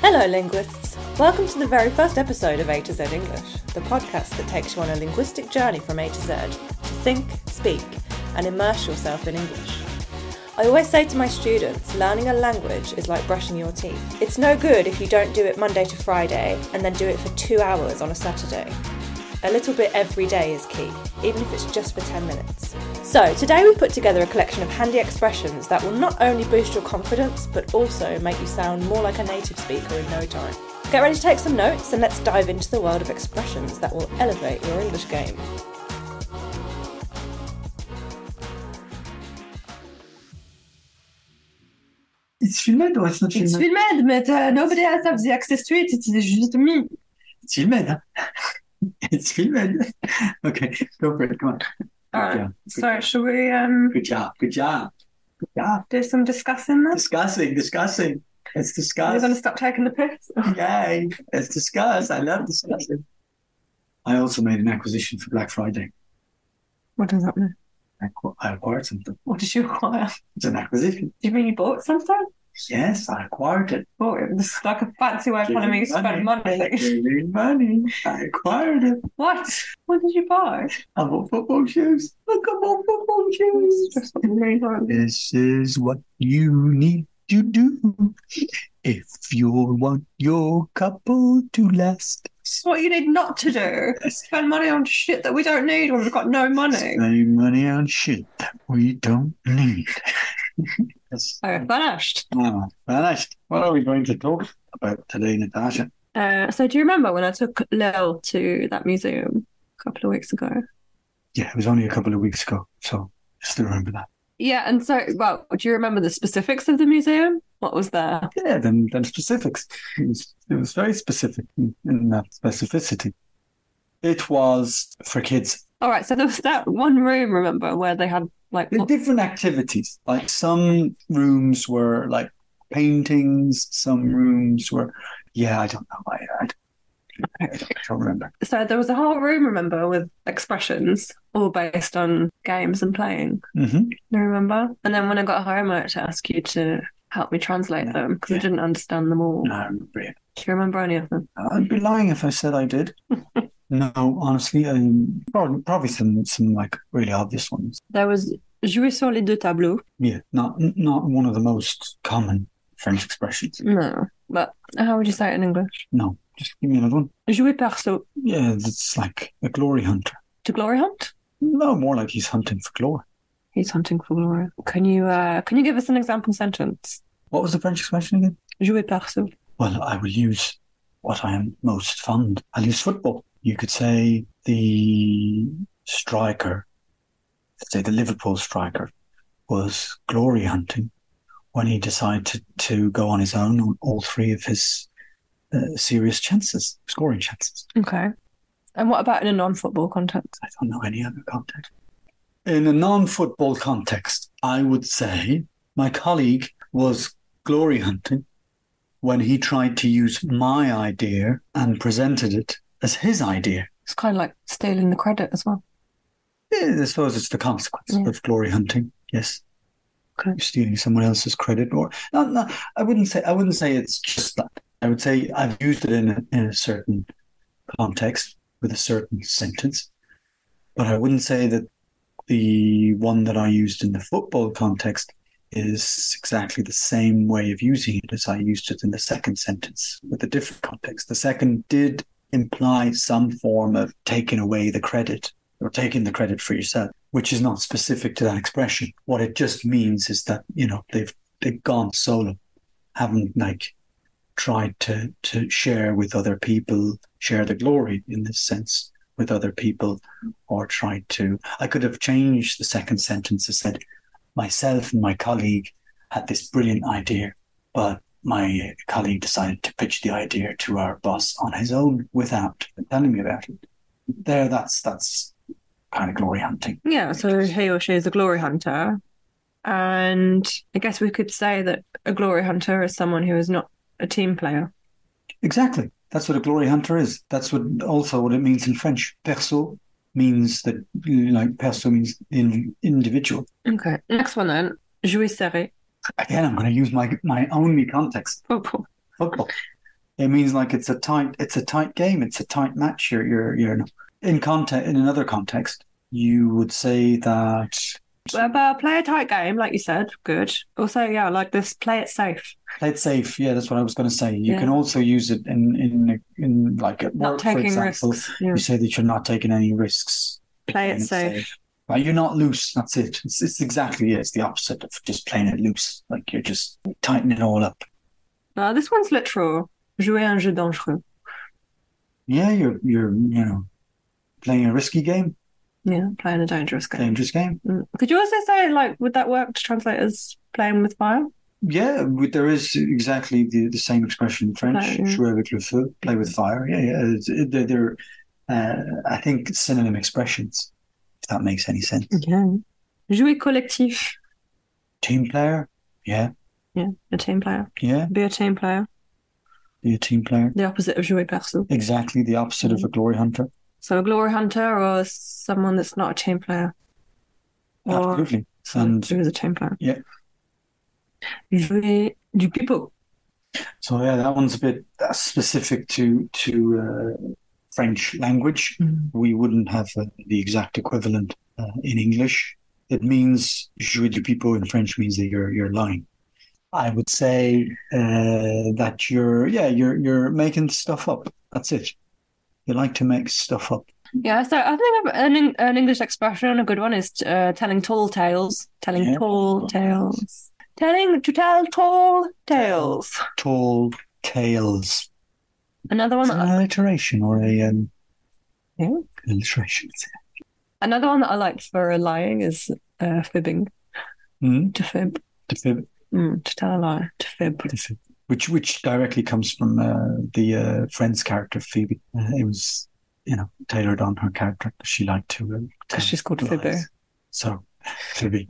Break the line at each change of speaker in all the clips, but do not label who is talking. Hello, linguists. Welcome to the very first episode of A to Z English, the podcast that takes you on a linguistic journey from A to Z to think, speak, and immerse yourself in English. I always say to my students, learning a language is like brushing your teeth. It's no good if you don't do it Monday to Friday and then do it for two hours on a Saturday. A little bit every day is key, even if it's just for 10 minutes. So, today we've put together a collection of handy expressions that will not only boost your confidence, but also make you sound more like a native speaker in no time. Get ready to take some notes and let's dive into the world of expressions that will elevate your English game.
It's filmed or it's not
It's
filmed?
filmed, but uh, nobody else has the access to it. It is just me.
It's filmed. huh? it's filmed. Okay, go for it. Come on.
All right.
Yeah. Good
So,
job.
should we um,
Good job. Good job. Good job.
do some discussing then?
Discussing, discussing. Let's
We're
discuss.
going to stop taking the piss.
Yay. Let's discuss. I love discussing. I also made an acquisition for Black Friday.
What does that mean?
I acqu- I acquired something.
What did you acquire?
It's an acquisition.
Do you mean you bought something?
Yes, I acquired it.
Bought it. This is like a fancy way of telling me you spent money.
Giving money. I acquired it.
what? What did you buy?
I bought football shoes. I bought football shoes.
Just what you mean, like-
This is what you need to do if you want your couple to last.
It's what you need not to do. Spend money on shit that we don't need when we've got no money.
Spend money on shit that we don't need. Yes.
I finished.
Now, finished. What are we going to talk about today, Natasha?
Uh, so, do you remember when I took Lil to that museum a couple of weeks ago?
Yeah, it was only a couple of weeks ago, so I still remember that.
Yeah, and so, well, do you remember the specifics of the museum? What was there?
Yeah, then then specifics. It was, it was very specific in, in that specificity. It was for kids.
All right, so there was that one room, remember, where they had like
They're
what-
different activities. Like some rooms were like paintings, some rooms were, yeah, I don't know. I, I, don't, I, don't, I don't remember.
so there was a whole room, remember, with expressions all based on games and playing.
hmm
Do you remember? And then when I got home, I had to ask you to help me translate
Yeah,
them because
yeah.
I didn't understand them all.
No, I remember it.
Do you remember any of them?
I'd be lying if I said I did. no, honestly, um, probably, probably some some like really obvious ones.
There was jouer sur les deux tableaux.
Yeah, not not one of the most common French expressions.
No, but how would you say it in English?
No, just give me another one.
Jouer perso.
Yeah, that's like a glory hunter.
To glory hunt?
No, more like he's hunting for glory.
He's hunting for glory. Can you uh, can you give us an example sentence?
What was the French expression again?
Jouer perso.
Well, I will use what I am most fond. I'll use football. You could say the striker, let's say the Liverpool striker, was glory hunting when he decided to, to go on his own on all three of his uh, serious chances, scoring chances.
Okay. And what about in a non-football context?
I don't know any other context. In a non football context, I would say my colleague was glory hunting when he tried to use my idea and presented it as his idea.
It's kind of like stealing the credit as well.
Yeah, I suppose it's the consequence
Yeah.
of glory hunting. Yes.
Okay.
You're stealing someone else's credit or no, no, I wouldn't say I wouldn't say it's just that. I would say I've used it in a, in a certain context with a certain sentence, but I wouldn't say that the one that I used in the football context is exactly the same way of using it as I used it in the second sentence with a different context. The second did imply some form of taking away the credit or taking the credit for yourself, which is not specific to that expression. What it just means is that you know they've they've gone solo, haven't like tried to to share with other people, share the glory in this sense with other people, or tried to. I could have changed the second sentence and said, myself and my colleague had this brilliant idea, but my colleague decided to pitch the idea to our boss on his own without telling me about it. There, that's that's kind of glory hunting.
Yeah, so he or she is a glory hunter. And I guess we could say that a glory hunter is someone who is not a team player.
Exactly. That's what a glory hunter is. That's what also what it means in French. Perso means that like perso means in, individual.
Okay. Next one then. Jouer serré.
Again, I'm going to use my my only context
Football.
football. It means like it's a tight, it's a tight game. It's a tight match. You're, you're, you're in context. In another context, you would say that
But, but play a tight game, like you said. Good. Also, yeah, like this, play it safe.
play it safe. Yeah, that's what I was going to say. You
Yeah.
can also use it in in in like at
Not
work, for
taking
example.
risks. Yeah.
You say that you're not taking any risks.
Play it
Playing
safe.
Right, you're not loose. That's it. It's, it's exactly it. It's the opposite of just playing it loose. Like you're just tightening it all up.
No, this one's literal. Jouer un jeu dangereux.
Yeah, you're you're you know playing a risky game,
Yeah, playing a dangerous game.
dangerous game.
Mm. Could you also say, like, would that work to translate as playing with fire?
Yeah, but there is exactly the, the same expression in French.
Right, yeah.
Jouer avec le feu, play with fire. Yeah, yeah. it's- it- They're, they're uh, I think synonym expressions. If that makes any sense.
Yeah. Jouer collectif.
Team player. Yeah,
Yeah, a team player.
yeah.
Be a team player.
Be a team player.
The opposite of jouer perso.
Exactly the opposite
Mm-hmm.
of a glory hunter.
So a glory hunter or someone that's not a team player. Or
Absolutely.
someone
And-
who is a team player.
Yeah.
Jouer du pipeau.
So yeah, that one's a bit that's specific to to uh, French language. We wouldn't have uh, the exact equivalent uh, in English. It means jouer du pipeau in French means that you're you're lying. I would say uh, that you're yeah you're you're making stuff up. That's it. You like to make stuff up.
Yeah, so I think I've- an, Eng- an English expression, a good one, is uh, telling tall tales. Telling
Yeah.
tall tales. Telling to tell tall tales.
Tall tales.
Another one.
It's
that
an
I-
alliteration or a um,
Yeah.
alliteration.
another one that I like for lying is uh, fibbing.
Mm,
To fib.
to fib-
Mm, to tell a lie. To fib.
This- which which directly comes from uh, the uh, Friends character Phoebe. Uh, it was you know tailored on her character 'cause she liked to uh, tell
she's called
lies.
Phoebe.
So Phoebe,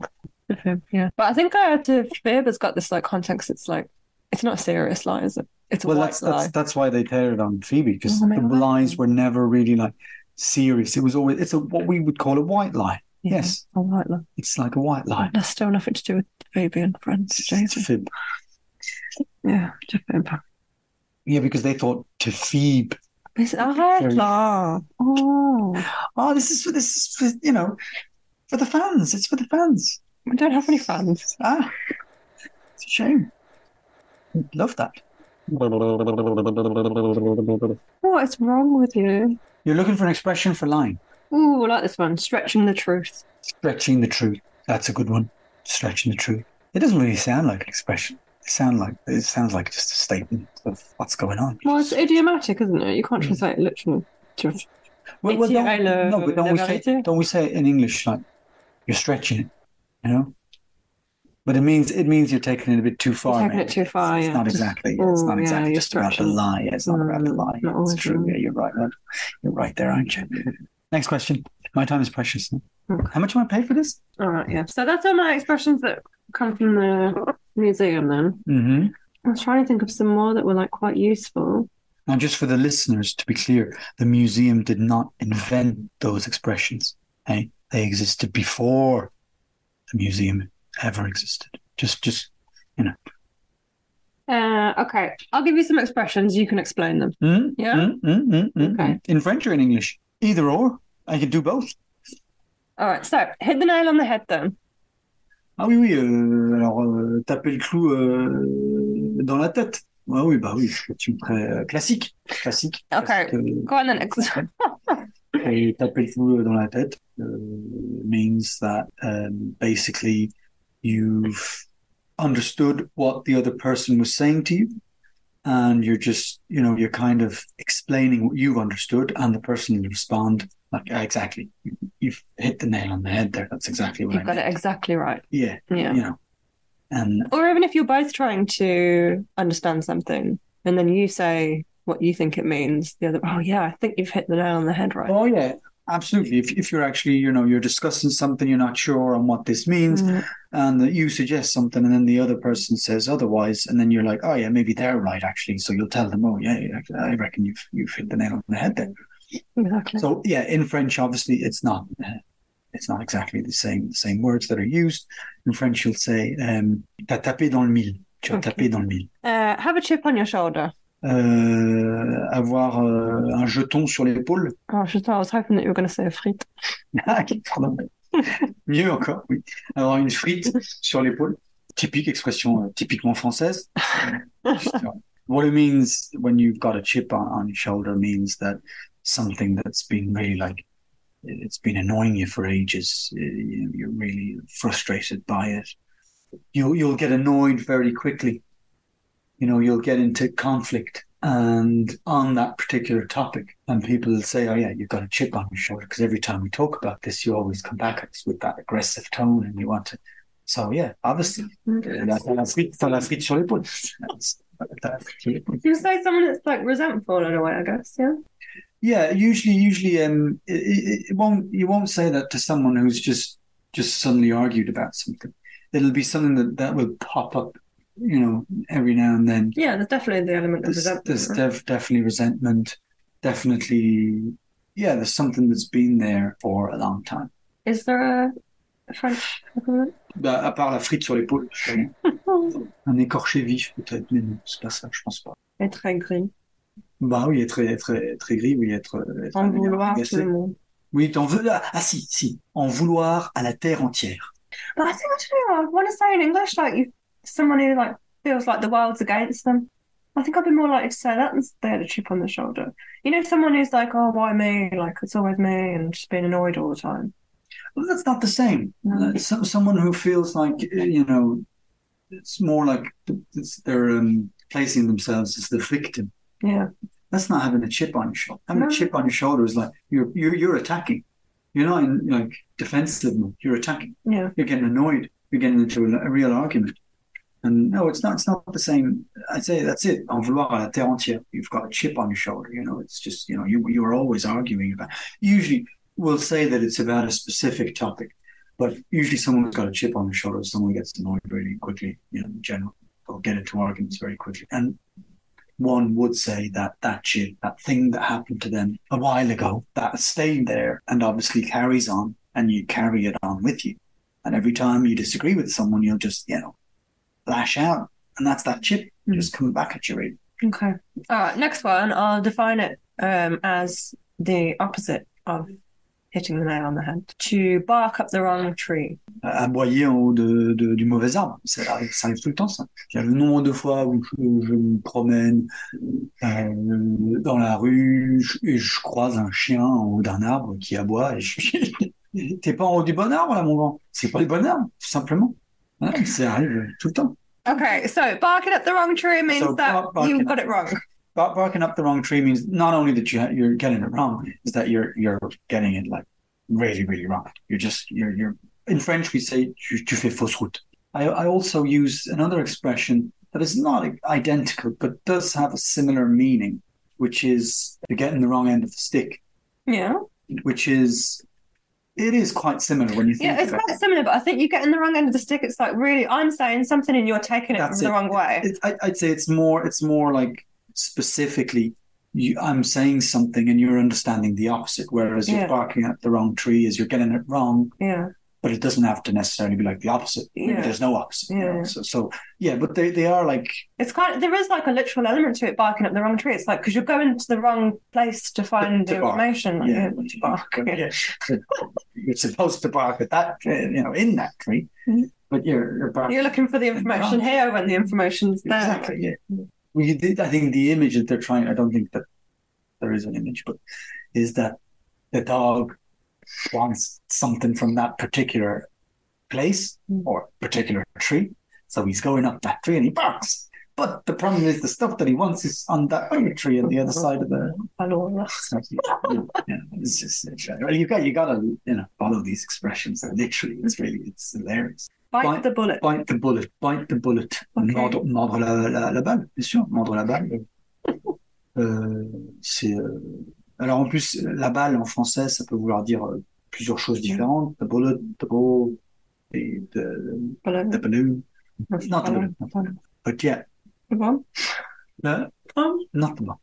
To fib, yeah. But I think uh, to fib has got this like context. It's like it's not a serious lie, is it? It's a
well,
white
that's
lie.
that's that's why they tailored on Phoebe because the
Oh, my God.
lies were never really like serious. It was always it's a what we would call a white lie.
Yeah,
Yes,
a white lie.
it's like a white lie.
That's still nothing to do with Phoebe and friends,
It's
Jason.
fib.
Yeah, to fib.
Yeah, because they thought to Phoebe.
It's a red
Very-
lie. Oh.
Oh, this is for this is for, you know for the fans. It's for the fans.
We don't have any fans.
Ah, it's a shame. Love that.
What is wrong with you?
You're looking for an expression for lying.
Ooh, I like this one. Stretching the truth.
Stretching the truth. That's a good one. Stretching the truth. It doesn't really sound like an expression. It sound like it sounds like just a statement of what's going on.
Well, it's idiomatic, isn't it? You can't translate it literally. to-
Well, well,
it's
don't,
either
no, but don't we say
vulgarity.
don't we say it in English like you're stretching it, you know? But it means it means you're taking it a bit too far.
taking
maybe.
it too far,
It's
yeah.
not
Just-
exactly. yeah, it's
Oh,
not
yeah,
exactly
you're
just about the
stretching.
lie. yeah, It's not about the
Mm,
lie.
not
It's
always,
true.
yeah.
Yeah, you're right. man. You're right there, aren't you? Next question. My time is precious.
Okay.
How much am I paid for this?
All right, yeah. So that's all my expressions that come from the museum then.
Mm-hmm.
I was trying to think of some more that were like quite useful.
Now, just for the listeners, to be clear, the museum did not invent those expressions. eh? They existed before the museum ever existed. Just, just
Uh, okay, I'll give you some expressions. You can explain them.
mm,
Yeah?
mm, mm, mm, mm,
Okay.
in French or in English, either or. I can do both.
All right, so hit the nail on the head then.
Ah oui, oui. euh, alors, euh, taper le clou euh, dans la tête. Ah oui, bah oui, c'est une très euh, classique, classique.
Ok.
Classique, euh,
Go on then. Ex-
Et taper le clou dans la tête uh, means that um, basically you've understood what the other person was saying to you, and you're just, you know, you're kind of explaining what you've understood, and the person will respond like, "Ah, exactly, you've hit the nail on the head there. That's exactly what
You've
I
got
meant.
it exactly right.
Yeah,
Yeah.
you know, and
Or even if you're both trying to understand something and then you say what you think it means, the other, oh, yeah, I think you've hit the nail on the head, right?
oh yeah, absolutely. If if you're actually, you know, you're discussing something, you're not sure on what this means.
Mm.
and that you suggest something and then the other person says otherwise and then you're like oh yeah maybe they're right actually so you'll tell them oh yeah, yeah i reckon you've you've hit the nail on the head there
Exactly.
so yeah in french obviously it's not uh, it's not exactly the same the same words that are used in french you'll say um t'as tapé dans le mille tu as
Okay.
tapé dans le mille
Uh, have a chip on your shoulder.
euh, avoir euh, un jeton sur l'épaule.
Oh, shit, I was hoping that you were going to say a frite.
Ah, pardon. Mieux encore, oui. Avoir une frite sur l'épaule. Typique expression euh, typiquement française. What it means when you've got a chip on, on your shoulder means that something that's been really like it's been annoying you for ages. uh, You know, you're really frustrated by it. You'll you'll get annoyed very quickly. You know, you'll get into conflict and on that particular topic. And people will say, "Oh yeah, you've got a chip on your shoulder," because every time we talk about this, you always come back at us with that aggressive tone, and you want to. So yeah, obviously, la, la frite, la frite sur l'épaule. That's- la frite sur l'épaule.
You say someone that's like resentful in a way, I guess, yeah?
Yeah, usually, usually, um, it, it it won't. You won't say that to someone who's just just suddenly argued about something. It'll be something that that will pop up, you know, every now and then.
Yeah, there's definitely the element of
There's,
resentment.
there's
right?
def- definitely resentment. Definitely, yeah. There's something that's been there for a long time.
Is there a French equivalent?
Bah, à part la frite sur l'épaule, je sais pas. un écorché vif peut-être, mais non, c'est pas ça. Je pense pas.
Être aigri,
Bah oui, être être être aigri, oui, être, être
en vouloir
agacé.
tout le monde.
Oui, t'en veux. Ah, ah, si, si, en vouloir à la terre entière.
But I think actually, I want to say in English, like you, someone who like feels like the world's against them. I think I'd be more likely to say that than they had a chip on the shoulder. You know, someone who's like, "Oh, why me? Like it's always me," and just being annoyed all the time.
Well, that's not the same.
No.
Uh, some, someone who feels like uh, you know, it's more like th- it's, they're um, placing themselves as the victim.
Yeah,
That's not having a chip on your shoulder. Having
No.
a chip on your shoulder is like you're you're, you're attacking. You're not in like defensive mode. You're attacking.
yeah.
You're getting annoyed. You're getting into a, a real argument. And no, it's not. It's not the same. I'd say that's it. En vouloir à la terre entière. You've got a chip on your shoulder. You know, it's just you know you you are always arguing about. Usually, we'll say that it's about a specific topic, but usually someone's got a chip on their shoulder. Someone gets annoyed very quickly. You know, in general, or get into arguments very quickly. And one would say that that chip, that thing that happened to them a while ago, that stayed there and obviously carries on, and you carry it on with you. And every time you disagree with someone, you'll just you know lash out. And that's that chip
Mm.
just coming back at you, really.
Okay. All right. Next one, I'll define it um, as the opposite of hitting the nail on the head. To bark up the wrong tree.
Euh, aboyer en haut de, de- du mauvais arbre. Ça arrive, ça arrive tout le temps, ça. Il y a le nombre de fois où je, je me promène euh, dans la rue je- et je croise un chien en haut d'un arbre qui aboie et je T'es pas en haut du bon arbre, là, mon grand. C'est pas le bon arbre, tout simplement. Voilà, ça arrive tout le temps.
Okay, so barking up the wrong tree means
So
that
bar- barking
you've
up-
got it wrong.
Bar- Barking up the wrong tree means not only that you ha- you're getting it wrong, is that you're you're getting it like really really wrong. You're just you're you're in French we say tu, tu fais fausse route. I I also use another expression that is not identical but does have a similar meaning, which is you're getting the wrong end of the stick,
Yeah.
which is it is quite similar when you think
Yeah, it's
about
quite similar, but I think you get in the wrong end of the stick. It's like really, I'm saying something and you're taking it
That's
the
it.
wrong way.
it, I, I'd say it's more it's more like specifically you, I'm saying something and you're understanding the opposite, whereas
Yeah.
you're barking at the wrong tree is you're getting it wrong,
yeah,
but it doesn't have to necessarily be like the opposite. Maybe
Yeah.
there's no opposite. you
Yeah.
know? So so yeah, but they, they are like
it's kind. There is like a literal element to it, barking up the wrong tree. It's like because you're going to the wrong place to find
To- to
the
bark.
information. Like,
yeah,
to bark.
yeah. you're supposed to bark at that uh, you know, in that tree.
Mhm.
But you're you're barking
You're looking for the information here when the information's there.
Exactly. Yeah. Well, you did, I think the image that they're trying. I don't think that there is an image, but is that the dog wants something from that particular place
Mm.
or particular tree, so he's going up that tree and he barks. But the problem is the stuff that he wants is on that other tree on the other side of the.
Hello.
Yeah, it's just it's, well, you got you got to you know follow these expressions. They're literally, it's really it's hilarious.
Bite
Bite.
the bullet.
Bite the bullet, bite the bullet.
Ok.
Mordre, mordre la, la, la balle, bien sûr, mordre la balle. Euh, c'est euh, alors en plus la balle en français, ça peut vouloir dire euh, plusieurs choses différentes. The bullet, the ball, the, the,
Bullet.
the balloon.
That's
Not the
bullet.
balloon. not the balloon. But yeah,
Come on.
the,
Um,
not the ball.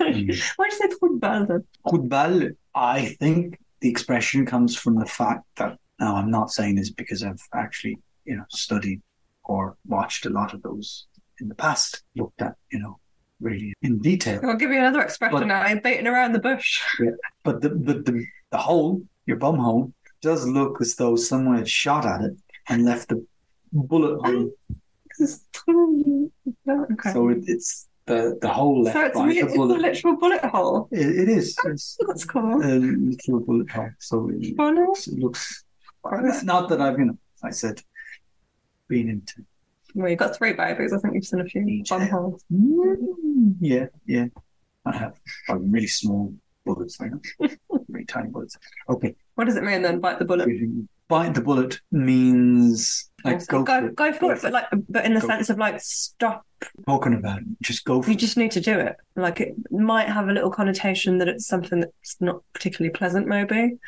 Mm.
why do you say trop de balle then?
Coup de balle. I think the expression comes from the fact that now I'm not saying this because I've actually you know studied or watched a lot of those in the past, looked at you know really in detail.
I'll give you another expression
But-
now. I'm beating around the bush.
But the but the, the hole, your bum hole, does look as though someone had shot at it and left the bullet hole.
This is- okay. So,
So it, it's the the hole left
it's,
by
re-
the
it's a
bullet. Uh,
literal bullet hole.
It, it is. It's
That's
a
cool.
literal bullet hole. So it
Funny.
looks, it looks. It's not that I've you know I said been into.
Well, you've got three babies. I think you've seen a few
Each
bum
head.
holes.
Mm, yeah, yeah. I have like really small bullets, right? Very tiny bullets. Okay.
What does it mean then? Bite the bullet.
Bite the bullet means like
go,
go, for
go,
it.
for it, but like, but in the
Go for
sense of like, stop.
talking about it. Just go for
You
it.
just need to do it. Like, it might have a little connotation that it's something that's not particularly pleasant. Maybe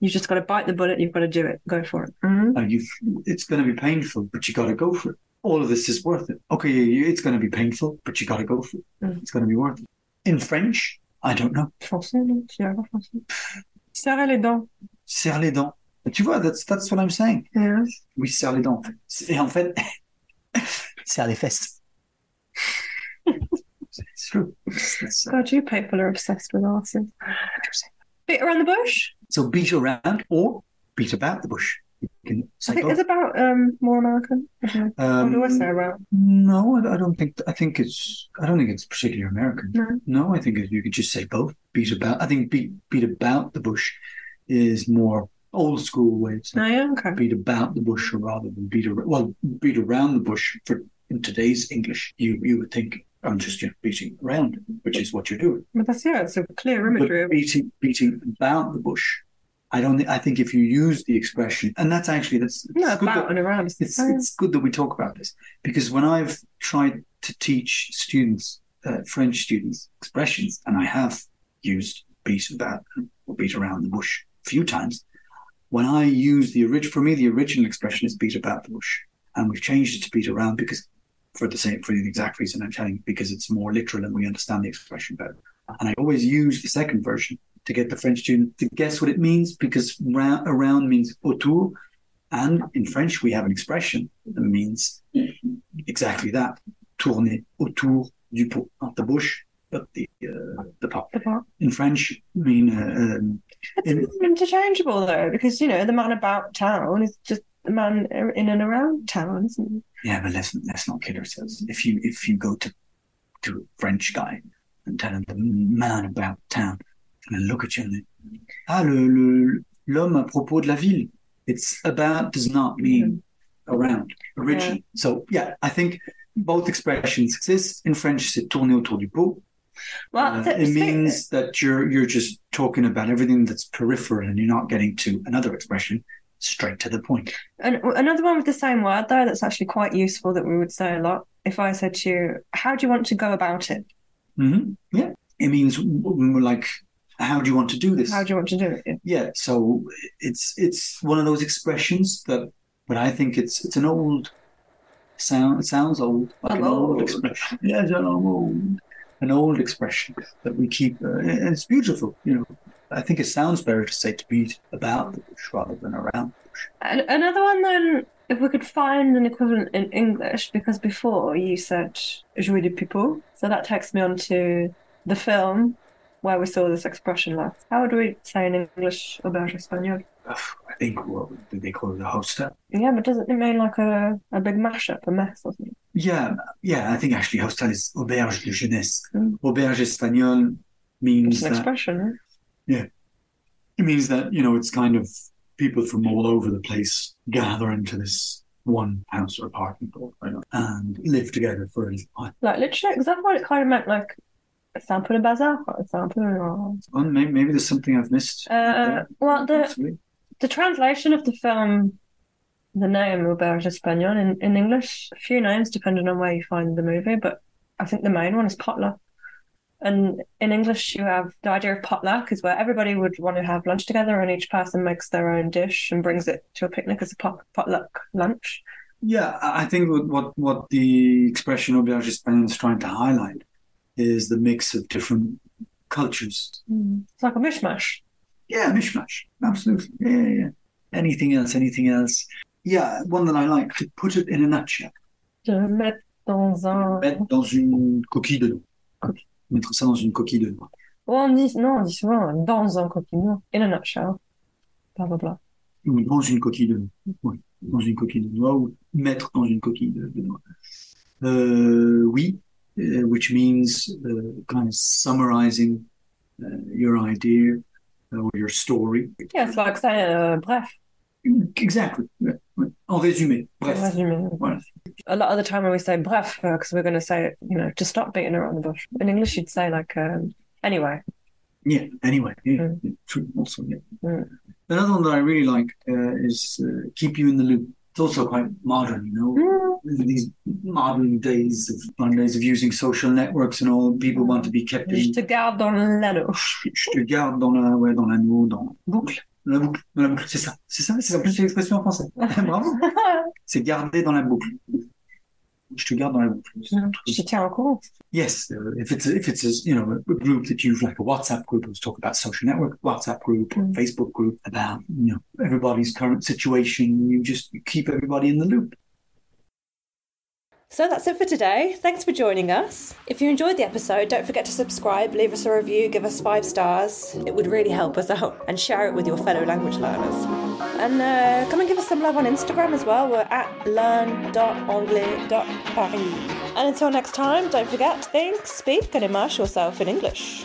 you just got to bite the bullet. You've got to do it. Go for it. Mhm.
Like you, it's going to be painful, but you got to go for it. All of this is worth it. Okay, you, you- it's going to be painful, but you got to go for it.
Mm.
It's going to be worth it. In French, I don't know.
Français, non? Je dirais pas français. Serrer les dents.
Serre les dents. But you vois, that's that's what I'm saying.
Yeah.
Oui, serre les dents. Et en fait, serre les fesses. it's true. It's- it's, uh,
God, you people are obsessed with arses. Bit around the bush.
So beat around or beat about the bush. You can
I
say
think
both.
it's about um more American. Okay. I
Um,
wonder what's there about.
No, I I don't think. I think it's. I don't think it's particularly American.
No.
No, I think you could just say both. Beat about. I think beat beat about the bush is more old school way of saying
No, yeah, okay.
beat about the bush, or rather than beat around. Well, beat around the bush for in today's English, you you would think I'm just you know, beating around, which is what you're doing.
But that's yeah, it's a clear
But
imagery of
beating beating about the bush. I don't. thi- I think if you use the expression, and that's actually that's it's
no,
good that-
about and around. It's, the
it's,
same.
it's good that we talk about this because when I've tried to teach students, uh, French students, expressions, and I have used beat about or beat around the bush a few times, when I use the original, for me, the original expression is beat about the bush. And we've changed it to beat around because for the same, for the exact reason I'm telling you, because it's more literal and we understand the expression better. And I always use the second version to get the French student to guess what it means because ra- around means autour. And in French, we have an expression that means exactly that tourner autour du pot, not the bush, but the uh, the pot.
the part.
In French, mean uh, um,
It's
in-
interchangeable though, because you know the man about town is just the man in and around town, isn't it?
yeah, but let's let's not kid ourselves. If you if you go to to a French guy and tell him the man about town, and look at you and they, ah le le l'homme à propos de la ville. It's about does not mean around originally. So yeah, I think both expressions exist in French. C'est tourner autour du pot.
Well,
Uh,
that's
it means that you're you're just talking about everything that's peripheral, and you're not getting to another expression straight to the point.
And another one with the same word though that's actually quite useful that we would say a lot. If I said to you, "How do you want to go about it?
hmm Yeah, it means mm, like how do you want to do this?
How do you want to do it?" Yeah.
yeah, so it's it's one of those expressions that, but I think it's it's an old sound. It sounds old, like an
I'm
old,
old.
expression. Yeah, it's an old, an old expression that we keep, uh, and it's beautiful. You know, I think it sounds better to say to be about the bush rather than around.
An- Another one then, if we could find an equivalent in English, because before you said "jouer du pipeau," so that takes me on to the film where we saw this expression last. How would we say in English "auberge espagnole"?
Ugh, I think what did they call it, a hosta?
Yeah, but doesn't it mean like a, a big mashup, a mess or something?
Yeah, yeah. I think actually hostel is auberge de jeunesse.
Mm.
Auberge espagnole means
It's an
Mm, that
expression, eh? right?
it means that you know it's kind of people from all over the place gather into this one house or apartment or whatever and live together for a little while.
Like literally, because I thought it kind of meant like a sample of bazaar, for example. Or,
Well, maybe, maybe there's something I've missed.
uh, well, the
Possibly.
the translation of the film, the name Auberge Espagnole in, in English, a few names depending on where you find the movie, but I think the main one is potluck. And in English, you have the idea of potluck is where everybody would want to have lunch together, and each person makes their own dish and brings it to a picnic as a pot, potluck lunch.
Yeah, I I think what what, what the expression auberge espagnole is trying to highlight is the mix of different cultures
It's like a mishmash.
Yeah, mishmash. Absolutely. Yeah, yeah, yeah. Anything else? Anything else? Yeah, one that I like to put it in a nutshell.
Je mets dans un-
Mettre dans une coquille de l'eau.
coquille.
Mettre ça dans une coquille de noix.
Ou on dit, Oh, non, on dit souvent dans un coquille noir. In a nutshell. Blah, blah, blah.
Ou dans une coquille de noix. Ouais. Dans une coquille de noix ou mettre dans une coquille de, de noix. Euh, oui, euh, which means uh, kind of summarizing uh, your idea uh, or your story.
Yeah, it's like saying, uh, bref.
Exactly. Yeah, yeah. En résumé. Bref.
in resume.
Voilà.
A lot of the time when we say bref, because we're going to say, you know, to stop beating around the bush. In English, you'd say like, um, anyway.
Yeah. Anyway. Yeah.
Mm.
yeah, True. Also. Yeah.
Mm.
Another one that I really like uh, is uh, keep you in the loop. It's also quite modern, you know.
Mm.
These modern days of modern days of using social networks and all, people want to be kept
Je
in.
te garde dans l'anneau.
Je je te garde dans la, ouais, dans l'anneau, dans,
Boucle.
dans la boucle, dans la boucle. C'est ça, c'est ça, c'est en plus l'expression en français. Bravo. C'est garder dans la boucle. Je te garde dans la boucle.
Mm. Je te tiens au courant.
Yes, uh, if it's a, if it's a, you know a group that you've like a WhatsApp group, let's talk about social network WhatsApp group or
Mm.
Facebook group about you know everybody's current situation. You just keep everybody in the loop.
So that's it for today. Thanks for joining us. If you enjoyed the episode, don't forget to subscribe, leave us a review, give us five stars. It would really help us out. And share it with your fellow language learners. And uh, come and give us some love on Instagram as well. We're at learn.anglais.paris. And until next time, don't forget, think, speak, and immerse yourself in English.